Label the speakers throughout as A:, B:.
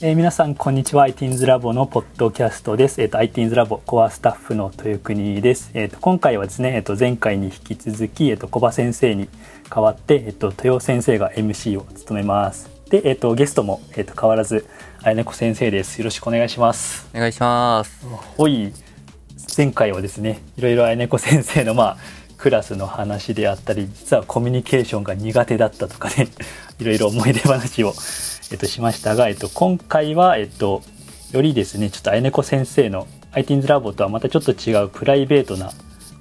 A: えー皆さんこんにちは iTeens ラボのポッドキャストです、えー、と iTeens ラボコアスタッフの豊国です、えー、と今回はですね、えー、と前回に引き続き、えー、と小葉先生に代わって、えー、と豊先生が MC を務めますで、えー、とゲストも、えー、と変わらず綾猫先生ですよろしくお願いします
B: お願いします。
A: おい前回はですねいろいろあやねこ先生のまあクラスの話であったり実はコミュニケーションが苦手だったとかね いろいろ思い出話を、えっと、しましたが、えっと、今回は、えっと、よりですねちょっとあやねこ先生の ITINS ラボとはまたちょっと違うプライベートな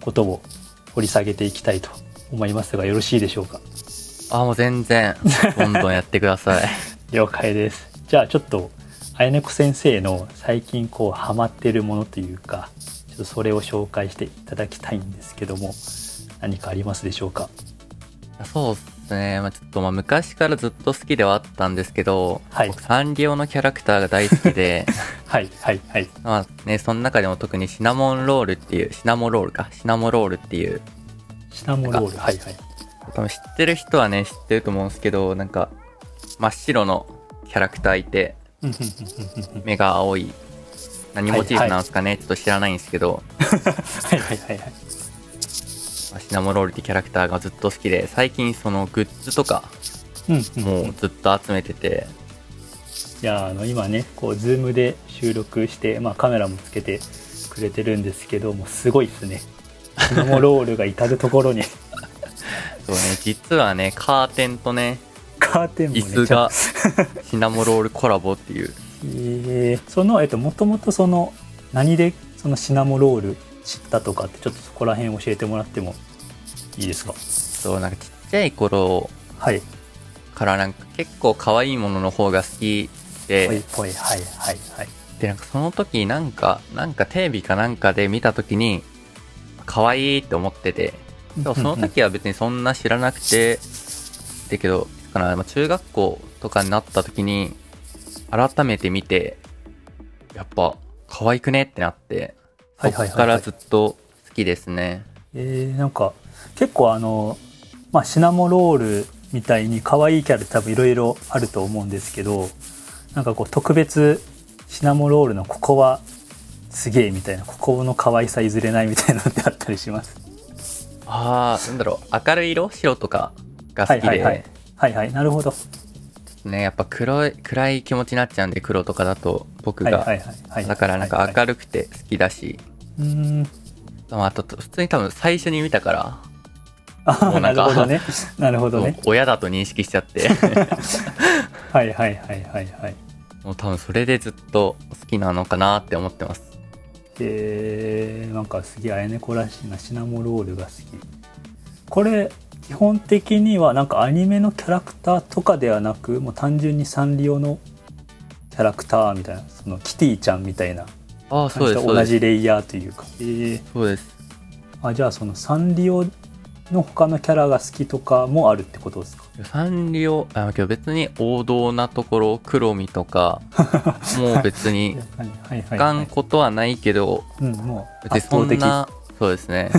A: ことを掘り下げていきたいと思いますがよろしいでしょうか
B: あ、もう全然、どんどんやってください。
A: 了解ですじゃあちょっとあやねこ先生の最近こうハマってるものというかちょっとそれを紹介していただきたいんですけども何かありますでしょうか
B: そうっすね。まあ、ちょっとまあ昔からずっと好きではあったんですけど、
A: はい
B: 僕サンリオのキャラクターが大好きで、
A: はいはいはい
B: まあね、その中でも特にシナモンロールっていう、シナモロールか、シナモロールっていう、
A: シナモロールはいはい
B: 多分知ってる人はね、知ってると思うんですけど、なんか、真っ白のキャラクターいて、
A: うんうんうんうんうん
B: 目が青い、何モチーフなんですかね、ちょっと知らないんですけど、
A: はいはいはいはい
B: まあシナモロールってキャラクターがずっと好きで、最近そのグッズとか、
A: うんうん
B: もうずっと集めてて、
A: いやあの今ねこうズームで収録して、まあ、カメラもつけてくれてるんですけどもうすごいですねシナモロールが至る所に
B: そうね、実はね、カーテンとね、
A: カーテンもね
B: 椅子が シナモロールコラボっていう、
A: えーそのえっともともとその何でそのシナモロール知ったとかってちょっとそこら辺教えてもらってもいいですか
B: そう、なんかちっちゃい頃
A: はい
B: からなんか結構可愛いものの方が好きで、
A: はいはいはいはいはい
B: で、なんかその時なんか、なんかテレビかなんかで見た時に、可愛いって思ってて、でもその時は別にそんな知らなくて、だけど、かな、まあ中学校とかになった時に、改めて見て、やっぱ、可愛くねってなって、
A: は
B: そ
A: いはいはいはい
B: っからずっと好きですね。
A: えーなんか結構あの、まあ、シナモロールみたいに可愛いキャラって多分いろいろあると思うんですけどなんかこう特別シナモロールのここはすげえみたいなここの可愛さ譲れないみたいなのってあったりします
B: あー、なんだろう、明るい色白とかが好きで、
A: はいはいはいはいはいなるほど
B: ね、やっぱ黒い、暗い気持ちになっちゃうんで、黒とかだと僕
A: はい
B: が。
A: はいはいはい
B: だからなん
A: はい
B: か
A: はい
B: 明るくて好きだし、
A: うーん
B: まああと普通に多分最初に見たか
A: あ
B: も
A: あ
B: うな
A: なんる
B: か
A: ほど ねなるほ
B: ら、
A: ど
B: も
A: ね
B: う親だと認識しちゃって
A: はいはいはいはいはい
B: もう多分それでずっと好きなのかなって思ってます
A: えー、なんかすげえあやねこらしいなシナモロールが好きこれ基本的にはなんかアニメのキャラクターとかではなくもう単純にサンリオのキャラクターみたいなそのキティちゃんみたいな
B: ああそ
A: 感
B: う
A: じ
B: で
A: と
B: すそ
A: 同
B: うです
A: じレイヤーというかえー
B: そうです
A: あじゃあそのサンリオの他のキャラが好きとかもあるってことですか
B: サンリオあけど別に王道なところ黒身 とかもう別に
A: はいはいはい
B: あかんことはないけど
A: うんもう
B: 別に
A: 圧
B: そ
A: 倒
B: ん
A: 的
B: なそうで すね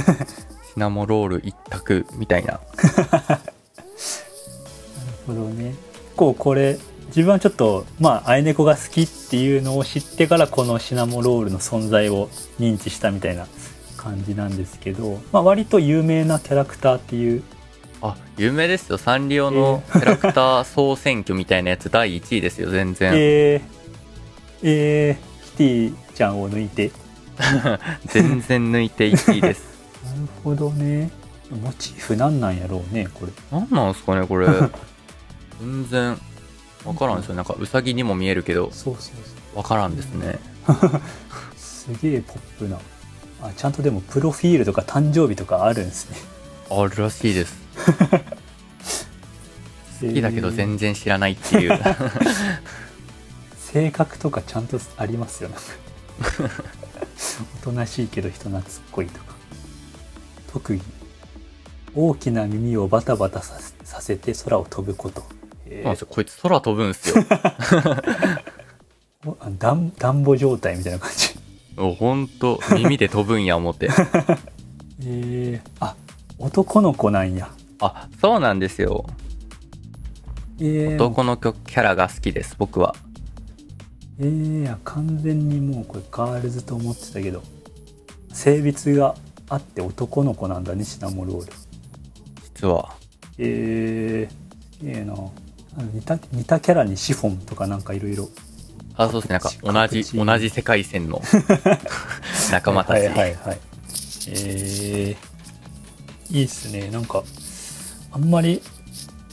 B: シナモロール一択みたいな
A: なるほどね結構これ自分はちょっとまああいねこが好きっていうのを知ってからこのシナモロールの存在を認知したみたいな感じなんですけど、まあ、割と有名なキャラクターっていう
B: あ有名ですよサンリオのキャラクター総選挙みたいなやつ第1位ですよ全然、
A: えー、えー、キティちゃんを抜いて
B: 全然抜いて1位です
A: なるほどねモチーフなんなんやろうねこれ
B: なんなんすかねこれ全然わからんですよなんかウサギにも見えるけど
A: そうそうそう
B: わからんですね
A: すげえポップなあちゃんとでもプロフィールとか誕生日とかあるんですね
B: あるらしいです
A: 好
B: 好きだけど全然知らないっていう
A: 性格とかちゃんとありますよねおとなしいけど人懐っこいとか特技大きな耳をバタバタさせさせて空を飛ぶことへ
B: そうなんです
A: ー
B: よこいつ空飛ぶんすよ
A: おあだん暖房状態みたいな感じ
B: もうほんと耳で飛ぶんや思って
A: えー、あ男の子なんや
B: あそうなんですよ
A: えー、
B: 男の子キャラが好きです僕は
A: えー、いや完全にもうこれガールズと思ってたけど性別があって男の子なんだねシナモロール
B: 実は。
A: えー、すげえなあの似た似たキャラにシフォンとかなんかいろいろ
B: あ、そうですね。なんか
A: 各地
B: 同じ
A: 各、地
B: 同じ世界線の 仲間たち。
A: はいはいはいはいえー、いいっすねなんかあんまり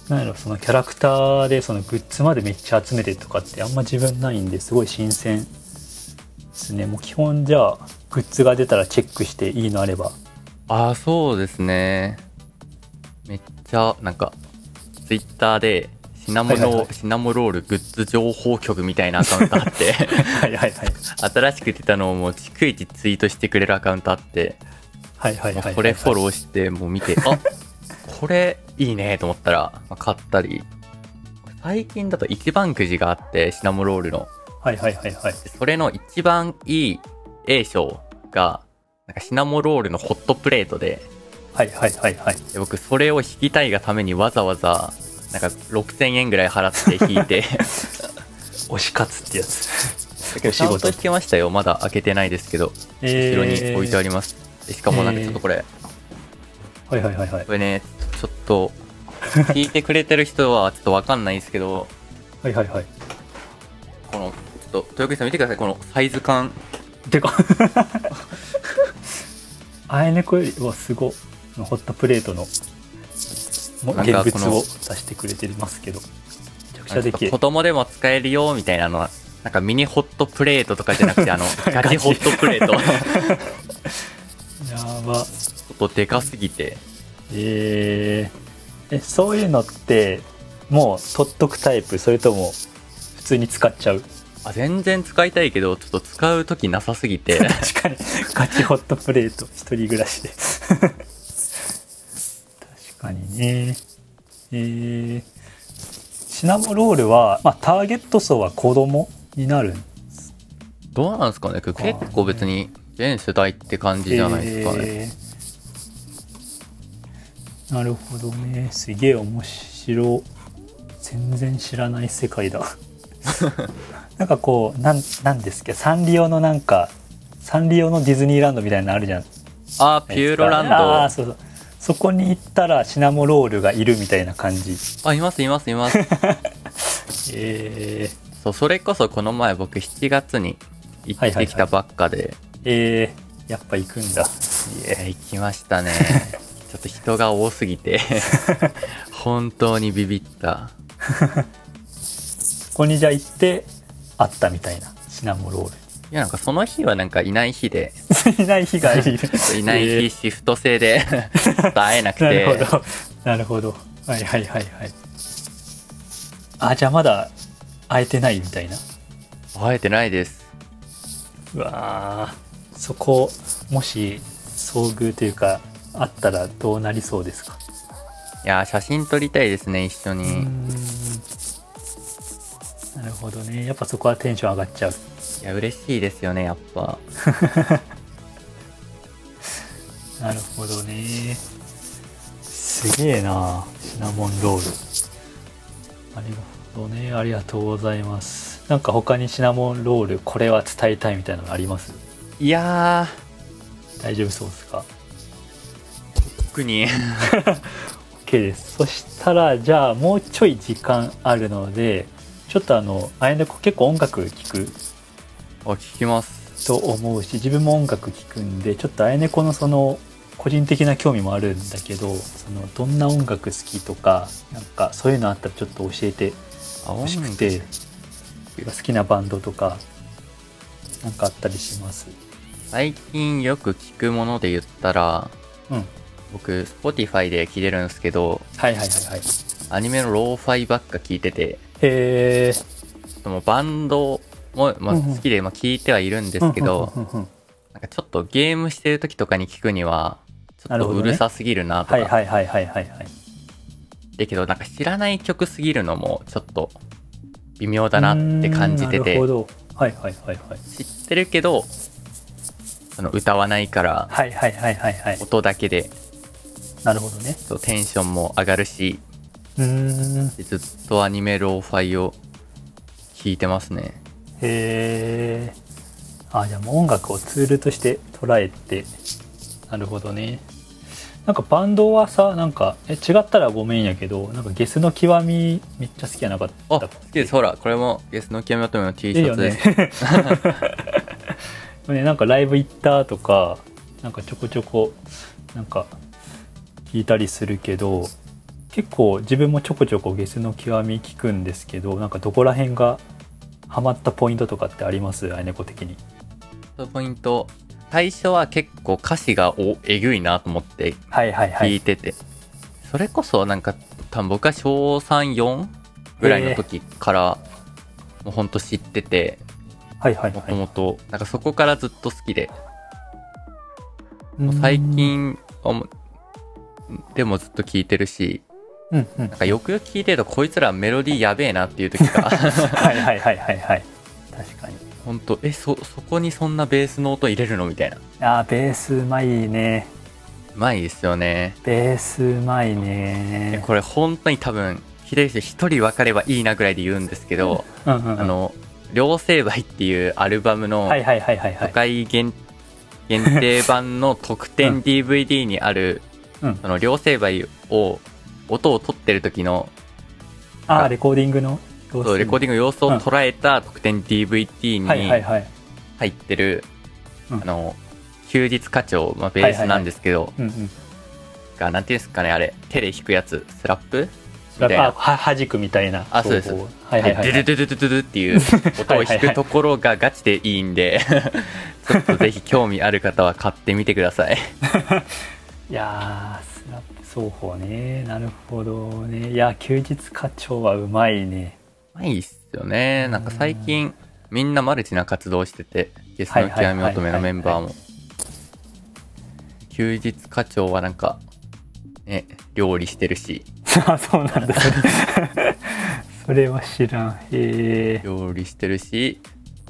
A: なんやろそのキャラクターでそのグッズまでめっちゃ集めてとかってあんま自分ないんですごい新鮮ですねもう基本じゃあグッズが出たらチェックしていいのあれ ば
B: あ、そうですね。めっちゃ、なんか、ツイッターで、シナモロ、
A: はいはいはい
B: シナモロールグッズ情報局みたいなアカウントあ って、
A: はいはいはい
B: 新しく出たのをもう逐一ツイートしてくれるアカウントあって、
A: はいはいはいはい
B: まあこれフォローして、もう見て、あこれいいねと思ったら、まあ買ったり。最近だと一番くじがあって、シナモロールの。
A: はいはいはいはい
B: でそれの一番いい A 賞が、なんかシナモロールのホットプレートで、
A: はいはいはいはい
B: で僕それを引きたいがためにわざわざ、なんか6000円ぐらい払って引い て、
A: 推し活ってや つ
B: ちゃんと引けましたよ。まだ開けてないですけど、後ろに置いてあります。でしかもなんかちょっとこれ、
A: はいはいはいはい
B: これね、ちょっと、聞いてくれてる人はちょっとわかんないですけど、
A: はいはいはい
B: この、ちょっと、豊口さん見てください、このサイズ感。
A: でかあえねこよりはすごいホットプレートのも
B: なんか
A: 現
B: この
A: 物を出してくれてますけどめちゃくちゃでけえ
B: 子供でも使えるよ、みたいなのは、なんかミニホットプレートとかじゃなくて、あの、 ガチホットプレート。ち
A: やば
B: ょっとでかすぎて。
A: えーえそういうのってもう取っとくタイプそれとも普通に使っちゃう
B: あ、全然使いたいけど、ちょっと使うときなさすぎて。
A: 確かにガチホットプレート一人暮らしで確かにねえーシナモロールは、まあ、ターゲット層は子供になるん
B: どうなんですかね結構別に、全世代って感じじゃないですかね。
A: えーなるほどねすげえ面白い全然知らない世界 だなんかこうなんなんですけどサンリオのなんかサンリオのディズニーランドみたいなのあるじゃん
B: あ、ピューロラ
A: あー
B: ン
A: そうそうそこに行ったらシナモロールがいるみたいな感じ
B: ド。あ、いますいますいます。
A: えー、
B: そう、それこそこの前僕7月に行
A: はい
B: っ
A: はい
B: て
A: は
B: き
A: い
B: たばっかで、
A: えーやっぱ行くんだい
B: いや行きまし たねちょっと人が多すぎて本当にビビった
A: そこにじゃあ行ってあったみたいなシナモロー
B: いやなんかその日はなんかいない日で
A: ル いない日がい る
B: いない
A: えー
B: 日シフト 制でちょっと会えなく
A: なるほ
B: て
A: ど。なるほど。はいはいはいはい。あ、じゃあまだ会えてないみたいな。
B: 会えてないです
A: うわあそこ、もし遭遇というか、あったらどうなりそうですか
B: いや写真撮りたいですね一
A: う
B: 緒
A: ー
B: に
A: んなるほどね。やっぱそこはテンション上がっちゃう。
B: いや嬉しいですよねやっぱ
A: なるほどね。すげえなシナモンロール。ありがとうね。ありがとうございます。なんか他にシナモンロール、これは伝えたいみたいなのあります
B: いや
A: 大丈夫そうですか
B: ー特 に
A: OK ですそしたらじゃあもうちょい時間あるのでちょっとあのあやねこ結構音楽聴く
B: あ聞きます
A: と思うし自分も音楽聴くんでちょっとあやねこのその個人的な興味もあるんだけどそのどんな音楽好きとかなんかそういうのあったらちょっと教えて
B: あ
A: ほしく
B: 音
A: て
B: 楽
A: 好きなバンドとかなんかあったりします
B: 最近よく聞くもので言ったら
A: うんはい
B: 僕 Spotify で聞いてるんですけど
A: はいはいはいへ
B: アニメのローファイばっか聞いてて
A: え
B: でもバンドも、まあ、
A: うんうん
B: 好きで、まあ、聞いてはいるんですけど、なんかちょっとゲームしてる時とかに聞くには、ちょ
A: な
B: っ
A: る
B: と
A: ほどね
B: うるさすぎるなとか、
A: はいはいはいはいはいはい
B: だけどなんか知らない曲すぎるのもちょっと微妙だなって感じて
A: うーんなる
B: て
A: ほ、どはいはいはいはい
B: 知ってるけど、その歌わないから、
A: はいはいはいはいはい
B: 音だけで
A: なるほどね
B: そうテンションも上がるし、
A: うーん
B: でずっとアニメローファイを聞いてますね。
A: へへえあじゃあもう音楽をツールとして捉えてなるほどねなんかバンドはさなんかえ違ったらごめんやけどなんかゲスの極みめっちゃ好きやなかった
B: あ、
A: っ
B: 好
A: け
B: きです。ほら、これも、ゲスの極み乙女の T シ
A: いい
B: ャ
A: よ
B: ツで
A: ね
B: す。。
A: ね、なんかライブ行ったとか、なんかちょこちょこ、なんか聞いたりするけど、結構自分もちょこちょこゲスの極み聞くんですけど、なんかどこら辺がハマったポイントとかってありますアイネコ的に。
B: ポイント。最初は結構歌詞がおえぐいなと思って
A: はいはいは
B: 聞い
A: い。
B: てて、それこそなんか多分僕は小34ぐらいの時からもうほんと知ってて
A: はいはい
B: も
A: は
B: と
A: い。
B: もとなんかそこからずっと好きでもう最近はもうでもずっと聴いてるし
A: うんうん。
B: なんかよくよく聴いてるとこいつらメロディーやべえなっていう時 が
A: はいはいはいはいはい。確かに。
B: ほんとえそそこにそんなベースの音入れるのみたいな
A: あー、ベースうまいね。
B: うまいですよね
A: ベースうまい
B: え
A: ね。
B: これ本当に多分聞いてる人一人分かればいいなぐらいで言うんですけど
A: うんうんうん
B: あの「両成敗」っていうアルバムの
A: はいはいはいはいは
B: 都
A: い。
B: 会限限定版の 特
A: う
B: 典
A: ん
B: DVD にある、
A: うん
B: その両成敗を音を取ってる時の
A: あー、レコーディングの様子
B: そうレコーディングの様子を捉えた特典 DVD に
A: はいはい
B: 入
A: はい。
B: ってる、
A: うん
B: あの休日課長、まあ、ベースなんですけど、
A: うんうん。
B: がなんていうんですかねあれ手で弾くやつスラップみたい
A: あ、
B: な。
A: は、はじくみたいな。
B: あそうです
A: 方法はいはいは
B: で
A: い。
B: ドゥドゥドゥドゥドゥドゥっていう 音を弾くところがガチでいいんでちょっとぜひ興味ある方は買ってみてください
A: いやー、スラップ奏法ね。なるほどね。いや、休日課長はうまいね。
B: ないっすよね。なんか最近、みんなマルチな活動してて、ゲス
A: は
B: の
A: いはいは
B: 極
A: い
B: み
A: はい
B: 乙女のメンバーも。休日課長はなんか、ね、料理してるし、
A: あ、そうなん だ。それそれは知らん。へえ。
B: 料理してるし、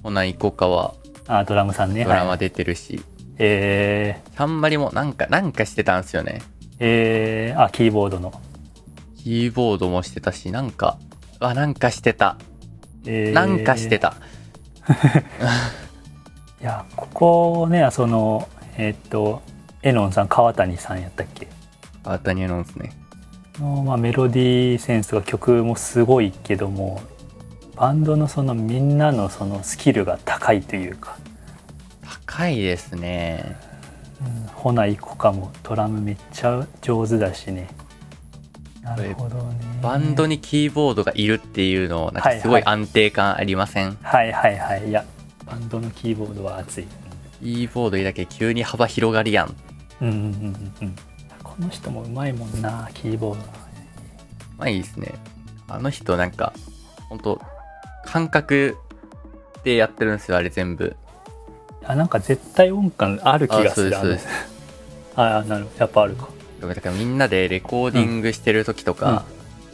B: ほな、イコカは
A: あ、ドラムさんね。
B: ドラマ
A: はい、
B: 出てるし、
A: え
B: ちゃんまりもなんか、なんかしてたんすよね。
A: ー、えー、あ、キーボードの。
B: キーボードもしてたし、なんか、あ、なんかしてた。
A: えー
B: なんかしてた。
A: いや、ここね、その、えーっと、エノンさん、川谷さんやったっけ
B: あ、ダニエルのですね。
A: の、まあ、メロディーセンスが曲もすごいけどもバンドのそのみんなのそのスキルが高いというか、
B: 高いですね。
A: うん、ほないこかもドラムめっちゃ上手だしねなるほどね
B: バンドにキーボードがいるっていうの、なんかすご
A: はい
B: い
A: は
B: 安定感ありません、
A: はいはいはいいやバンドのキーボードは熱い
B: キーボードいだけ急に幅広がりやん。
A: うんうんうんうんうんこの人もうまいもんなキーボード
B: まあいいですね。あの人なんか、ほんと、感覚でやってるんですよ、あれ全部。
A: あなんか絶対音感ある気がする
B: あそうです
A: あのあなるやっぱあるか
B: だからみんなでレコーディングしてる時とか、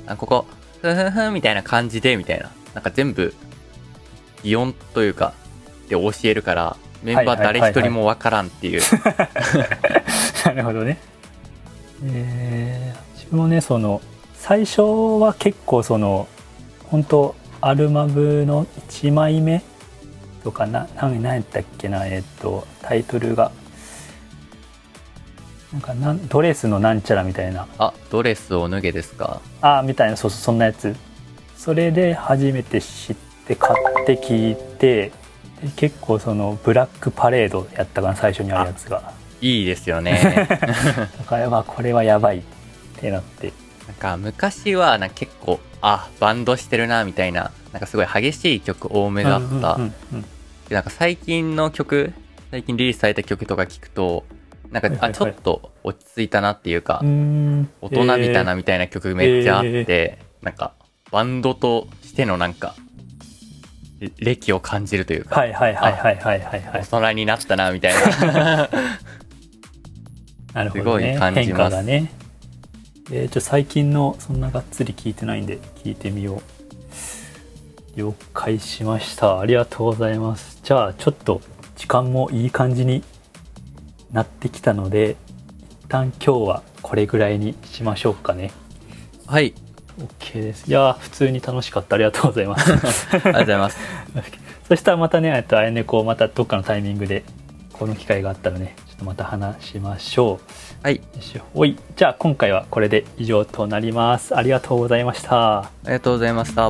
B: あここ、ふんふんふんみたいな感じで、みたいな。なんか全部、擬音というか、で教えるから、メンバー誰一人もわからんっていう。
A: なるほどね。えー自分もねその最初は結構その本当アルバムの1枚目とかな何何やったっけなえっ、とタイトルがなんかなんドレスのなんちゃらみたいな
B: あ、ドレスを脱げですか
A: あーみたいなそうそうそんなやつそれで初めて知って買って聞いてで結構そのブラックパレードやったかな最初にあるやつが
B: いいですよね。
A: だからまあこれはやばいってなって
B: なんか昔はなんか結構あバンドしてるなみたいななんかすごい激しい曲多めだった、
A: うんうんうんうん
B: でなんか最近の曲最近リリースされた曲とか聞くとなんか、
A: はいはいはい
B: あちょっと落ち着いたなっていうか、
A: うん
B: 大人びたなみたいな曲めっちゃあって、なんかバンドとしてのなんかれ歴を感じるという
A: えー
B: か、
A: はいはいはいはいはいはいは
B: 大
A: い
B: 人になったなみたいな
A: なるほどね
B: すごい感じます
A: 変化がねえー、ちょ最近のそんながっつり聞いてないんで聞いてみよう了解しましたありがとうございますじゃあちょっと時間もいい感じになってきたので一旦今日はこれぐらいにしましょうかね
B: はい
A: OK ですいやー普通に楽しかったありがとうござい ます
B: ありがとうございます。
A: そしたらまたねえっとあやねこをまたどっかのタイミングでこの機会があったらねちょっとまた話しましょ
B: は
A: う
B: い、
A: よいしょおいじゃあ今回はこれで以上となりますありがとうございました
B: ありがとうございました。